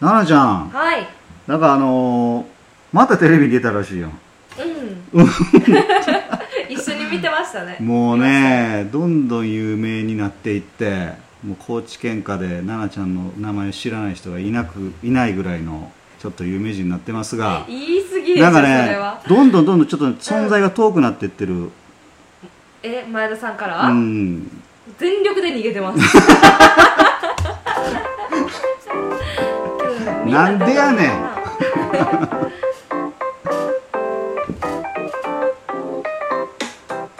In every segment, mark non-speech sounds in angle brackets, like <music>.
奈々ちゃんはいなんかあのーまたテレビに出たらしいようん一緒に見てましたねもうねどんどん有名になっていってもう高知県下で奈々ちゃんの名前を知らない人がいなくいないぐらいのちょっと有名人になってますが言い過ぎでしょなんそかれねはどんどんどんどんちょっと存在が遠くなっていってるえ前田さんかうら、ん全力で逃げてますうなんでやねん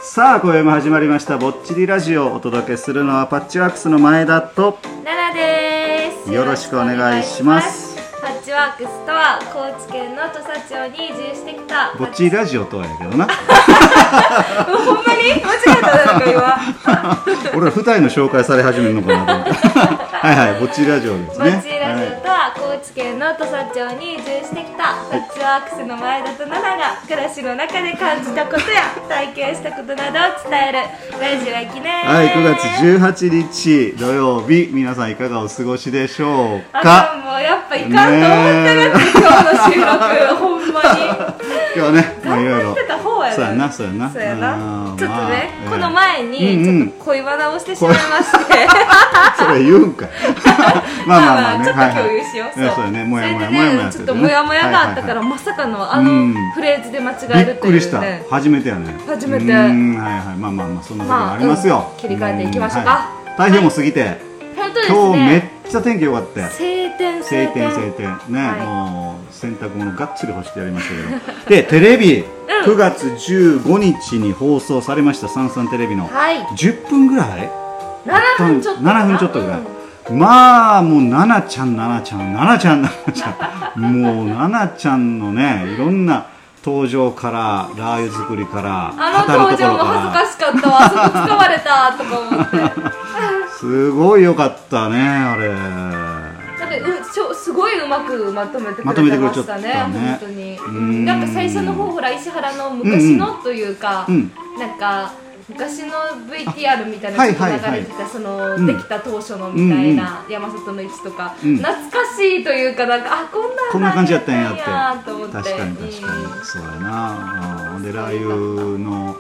さあ今宵も始まりました「ぼっちりラジオ」お届けするのはパッチワークスの前田と奈良ですよろしくお願いしますパッチワークスとは高知県の土佐町に移住してきたぼっちりラジオとはやけどな <laughs> ほんまに間違えたなんか今 <laughs> 俺ら二人の紹介され始めるのかなと思って <laughs> はいはいぼっちりラジオですねパッチラジオはいとは高知県の土佐町に移住してきたパッチワークスの前田と奈々が暮らしの中で感じたことや体験したことなどを伝えるラジオ駅ねはい、9月18日土曜日皆さんいかがお過ごしでしょうあかかんもうやっぱいかんと思ってるって、今日の収録ほんまに今日はね、 <laughs> まあ、いろい頑張ろってた方やそうやなそうやなそうやうなんちょっとね、まあこの前にええちょっと恋バナをしてしまいまして、それ言うんか <laughs> いまあまあまあねちょっと共有しよう、はいはい、そうやねもやもやもやもやそれでねちょっともやもやがあったから、はいまさかのあうんのフレーズで間違えるとはいいうはねい、びっくりした初めてやね初めてうーんはいはいまあまあまあそんなことがありますよ、まあうん切り替えていきましょうかんはい、台風も過ぎて、本当ですね今日めっちゃ天気良かったよ晴天晴晴天天晴天ね、はいもう洗濯物がっつり干してやりましたけど <laughs> でテレビ9月15日に放送されました「さんさんテレビ」のはい10分ぐらい7分ちょっと7分ちょっとぐらい、まあもう奈々ちゃん奈々ちゃん奈々ちゃん奈々 <laughs> ちゃんもう奈々ちゃんのねいろんな登場からラー油作りからあの登場も恥ずかしかったわあそこ使われたとか思ってすごい良かったねあれだってうちょすごいうまくまとめてくれてましたねまとめてくれちゃったね本当にうんなんか最初の方ほら石原の昔のというか、うんなんか昔の VTR みたいなのあはいがはい流はれいてた、そうんのできた当初のみたいな、山里の位置とか、うん懐かしいというかなんかあこんなこんな感じやったんや流れたんやってと思って確かに確かに、うんそうやなうんでラー油の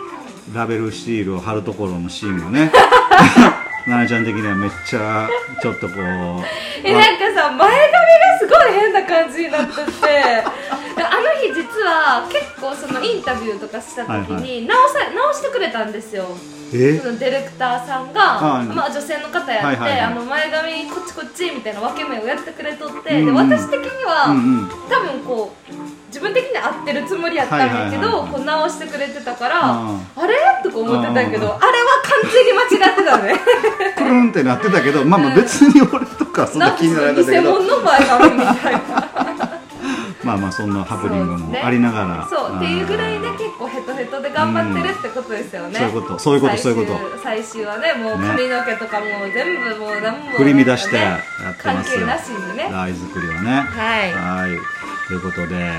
ラベルシールを貼るところのシーンもね <laughs> 奈々ちゃん的にはめっちゃちょっとこうえなんかさ前髪がすごい変な感じになって <laughs> てあの日実は結構そのインタビューとかした時はいはに直さ、直してくれたんですよえそのディレクターさんが、いまあ、女性の方やって、はいはいはいあの前髪こっちこっちみたいな分け目をやってくれとって、うんうんで私的には、うんうん多分こう自分的に合ってるつもりやったんやけど、はいはいはいはいこう直してくれてたから、うんあれとか思ってたけど、うんあれは完全に間違ってたねクルンってなってたけど、まあまあ別に俺とか <laughs> そんななんか気にならなかった偽けど、物の前髪みたいなまあまあそんなハプニングそうですねもありながら、そうっていうぐらいであー結構ヘトヘトで頑張ってるってことですよね、そういうことそういうことそういうこと最終最終はねもうね髪の毛とかもう全部もう何も振り乱してやって関ます係よ。なしにねはライ作りはね。いはい。ということで、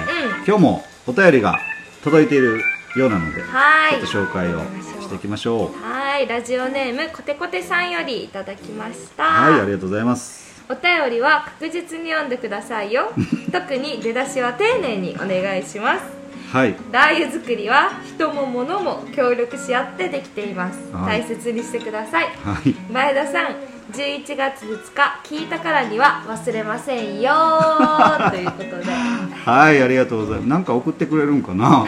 今日もお便りが届いているようなので、はいちょっと紹介をしていきましょう。はいラジオネームコテコテさんよりいただきましたはい、ありがとうございます。お便りは確実に読んでくださ <laughs> いよ特に出だしは丁寧にお願いしますはい。ラー油作りは人も物も協力し合ってできています、はい大切にしてくださいはい。前田さん11月2日聞いたからには忘れませんよ <laughs> ーということではい、ありがとうございます。なんか送ってくれるんか <laughs> な。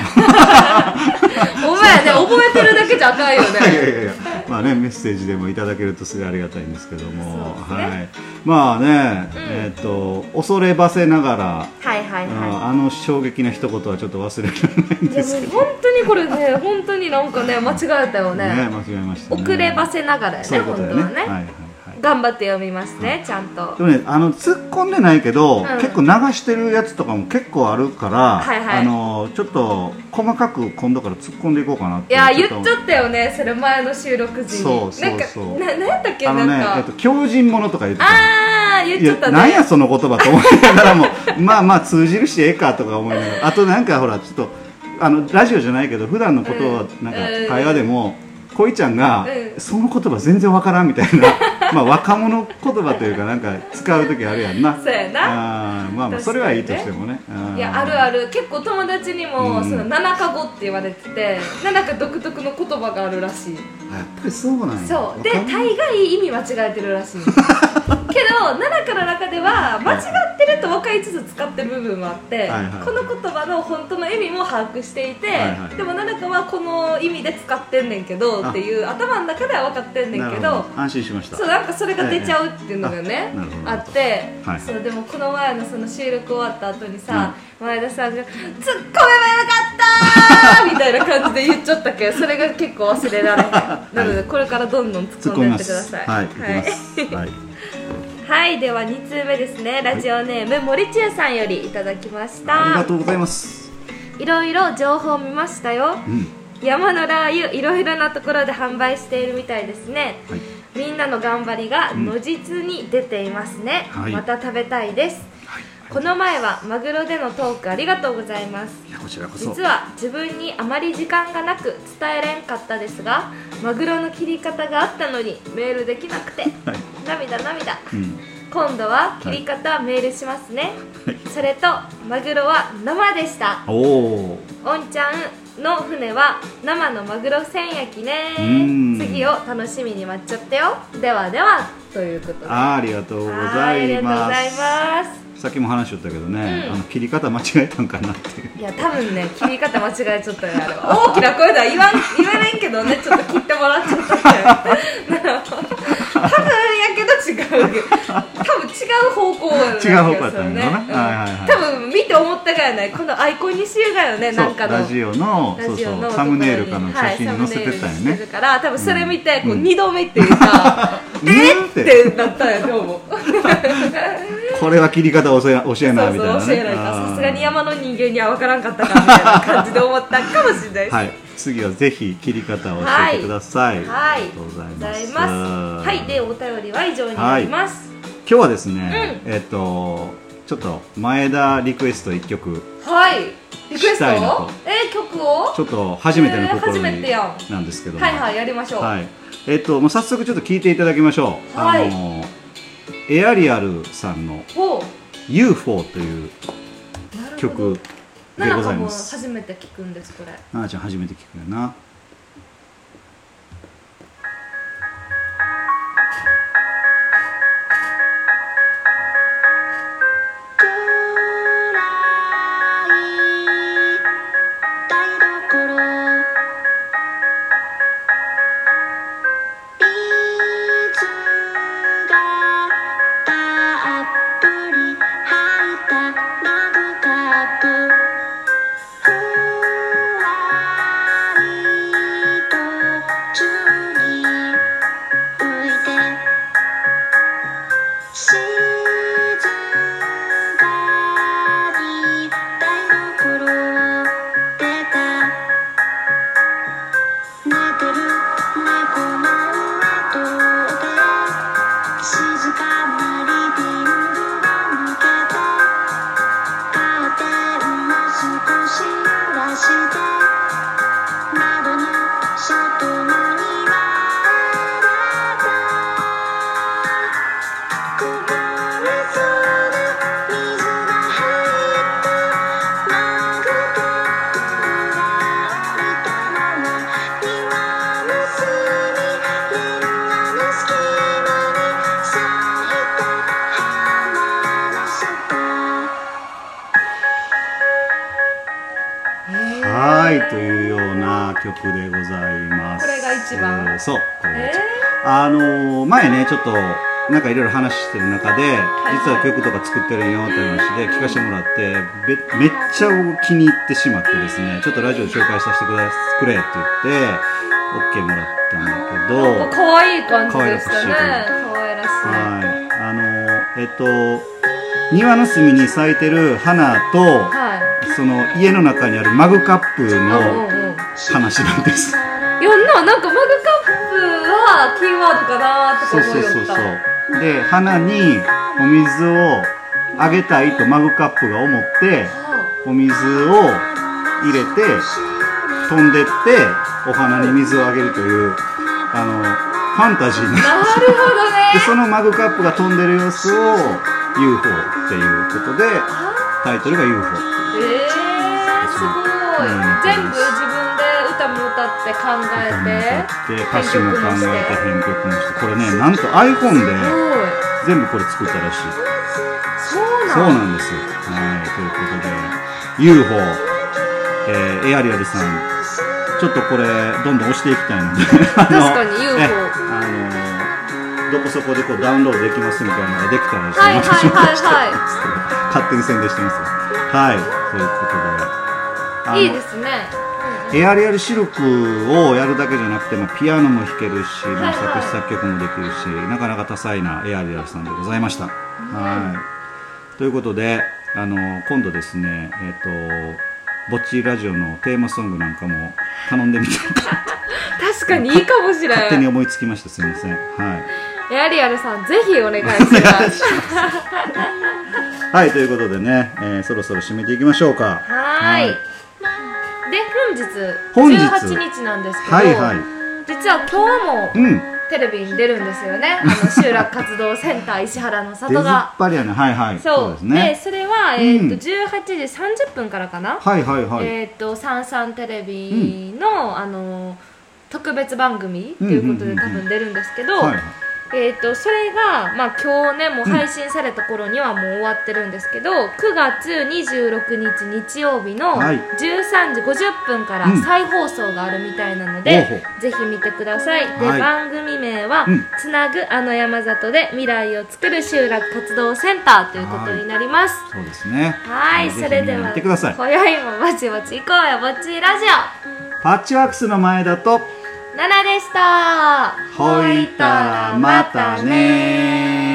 お前ね覚えてるだけじゃあかんよいやいやねいやいや、まあね、メッセージでもいただけるとすごいありがたいんですけども、そうですねはい。まあね、えっ、と、恐ればせながら、はいはいあはあの衝撃の一言はちょっと忘れられないいいやもう本当にこれね本当になんかね間違えたよねね、間違えました、ね。遅ればせながらよそうねいうこ本と当だはよね。ね、はいはいはい。頑張って読みますねちゃんとでもね、あの突っ込んでないけど、ん結構流してるやつとかも結構あるから、はいはいあのちょっと細かく今度から突っ込んでいこうかなっいてやちょ言っちゃったよねそれ前の収録時にそうそうそうなんかななんやったっけあなのんね、か、えっと、強人者とか言ってたのああ言っいちゃっやたねなんやその言葉と思いながらも <laughs> まあまあ通じるしええかとか思いながらあとなんかほらちょっとあのラジオじゃないけど普段のことをうんなんかうん会話でも、こいちゃんが、うんその言葉全然わからんみたいな <laughs> まあ若者言葉というかなんか使う時あるやんなそうやなあーまあまあそれはいいとしてもねいやあるあるる結構友達にうも、んその七か語って言われて <laughs> て七か独特の言葉があるらしいやっぱりそうなんやそうで若者大概意味間違えてる <laughs> らしいけど7かの中では間違ってると分かりつつ使ってる部分もあって、はいはいこの言葉の本当の意味も把握していて、はいはいでも7かはこの意味で使ってんねんけどっていう頭の中では分かってんねんけなるどほ安心しましたそうなんかそれが出ちゃうっていうのがええねあなるほ、どあって、はいそうでもこの前のその収録終わった後にさ、前田さんが「ツッコめばよかった!」 <laughs> みたいな感じで言っちゃったけどそれが結構忘れられへんなのでこれからどんどん突突っっ込込んみでまってくすださいはい行きますはいはいでは2通目ですねラジオネーム、森中さんよりいただきましありたがとうございますいろいろ情報見ましたようん山のラー油いろいろなところで販売しているみたいですねはいみんなの頑張りがん如実に出ていますね、はいまた食べたいですはいこの前はマグロでのトークありがとうございますいやこちらこそ実は自分にあまり時間がなく伝えれんかったですがマグロの切り方があったのにメールできなくてはい涙涙うん今度は切り方メールしますね、それとマグロは生でしたおおおんちゃんの船は生のマグロ千焼きねうん次を楽しみに待っちゃってよではではということではありがとうございいまありがとうございますさっきも話しとったけどね、うんあの切り方間違えたんかなっていういや多分ね切り方間違えちゃったよあれは <laughs> 大きな声では言わん言われんけどねちょっと切ってもらっちゃったんだよ <laughs> 多分やけど違うけど多分違う方向なんですよ違う方向やったんやろなはいはうんいはい多分見て思ったがやないこのアイコンにしようがよねそなんうかのラジオのラジオそうそうのところにサムネイルかの写真載せてたよはいサムネイルにしてねる、から多分それ見てこううん二度目っていうか、 <laughs> うんえうんっってなったんやと思うこれは切り方教え教えなそういみたいな、そね、う教えないあかーさすがに山の人間には分からんかったかみたいな感じで思ったかもしれないですはい次はぜひ切り方を教えてください、はあいりがとうございごまざいすますはいでお便りは以上になります今日はですね、えっとちょっと前田リクエスト1曲はい、リクエストしたいなとえー曲をちょっと初めての試えー初めみてやなんですけども、はいはいやりましょうはい、えっと、もう早速ちょっと聞いていただきましょう。はいあの、エアリアルさんのほう UFO というなるほど曲でなごんざかいもうます。初めて聞くんですこれななちゃん初めて聞くよな。暗い台所水がたっぷり入ったマグカップふわりと宙に浮いて静かに台所を出た寝てる猫の上とで静かなリビングを抜けてカーテンを少し揺らして窓の外の庭だったこぼれそうな水が入ったマグカップが浮いたまま庭の隅レンガの隙間に咲いた花のそばはい、というような曲でございます。これが一番えーそう、これがえ一番。あのー前ね、ちょっと、なんかいろいろ話してる中で、い実は曲とか作ってるよって話で聞かせてもらって、べめっちゃ僕気に入ってしまってですね、ちょっとラジオで紹介させてくだくれって言って、OK もらったんだけど、ー、なんか可愛い感じでしたね可愛らしい可愛らしいはい、あのえっと庭の隅に咲いてる花とはい、その家の中にあるマグカップうんのうんうん話なんです。いやななんかマグカップはキーワードかなーとかそう思そいうよったそうそう。で花にお水をあげたいとマグカップが思ってはお水を入れて飛んでってお花に水をあげるというあファンタジーななるほどねでそのマグカップが飛んでる様子を UFO っていうことであタイトルが UFO ーえー、すごい、うん全部自分で歌も歌って考えてで歌詞も考えて編曲編曲もしてこれね <laughs> なんと iPhone すでごい全部これ作ったらしいそうそうなんなんですよはいということで UFO、えーエアリアルさんちょっとこれどんどん押していきたいの <laughs> で確確かに UFO あのどこそこでこうダウンロードできますみたいなのができたらですねはいはい私もはいは <laughs> 勝手に宣伝してますよはいということであのいいいですねエアリアルシルクをやるだけじゃなくて、まあ、ピアノも弾けるし、まあはいはい作詞作曲もできるしなかなか多彩なエアリアルさんでございました、はいということであの今度ですねえっ、とぼっちラジオのテーマソングなんかも頼んでみたいな確かにいいかもしれ勝手なにい思いつきましたすいませんはいエアリアルさんぜひお願いしますはいということでね、えーそろそろ締めていきましょうかはーいで本本日日18日なんですけど、はいはい実は今日うもんテレビに出るんですよね、あの集落活動センター石原の出ず里っ <laughs> がぱりやねはいはいそうですねそれは、えーとうん18時30分からかな、はいはいはい、えっ、と「さんさんテレビの」あの特別番組ということでうんうんう多んうん分出るんですけど、はいはいえっ、とそれが、まあ、今日ねもう配信された頃にはもう終わってるんですけど、9月26日日曜日のはい13時50分かうらん再放送があるみたいなのほうでほ、ぜひ見てください、ではい番組名は、うんつなぐあの山里で未来を作る集落活動センター」ということになります、そうですねはい、ぜひそれで見に行は、ってください今宵もぼちぼち行こうよ、ぼっちラジオ。パッチワークスの前だとナナでした。ほいたらまたね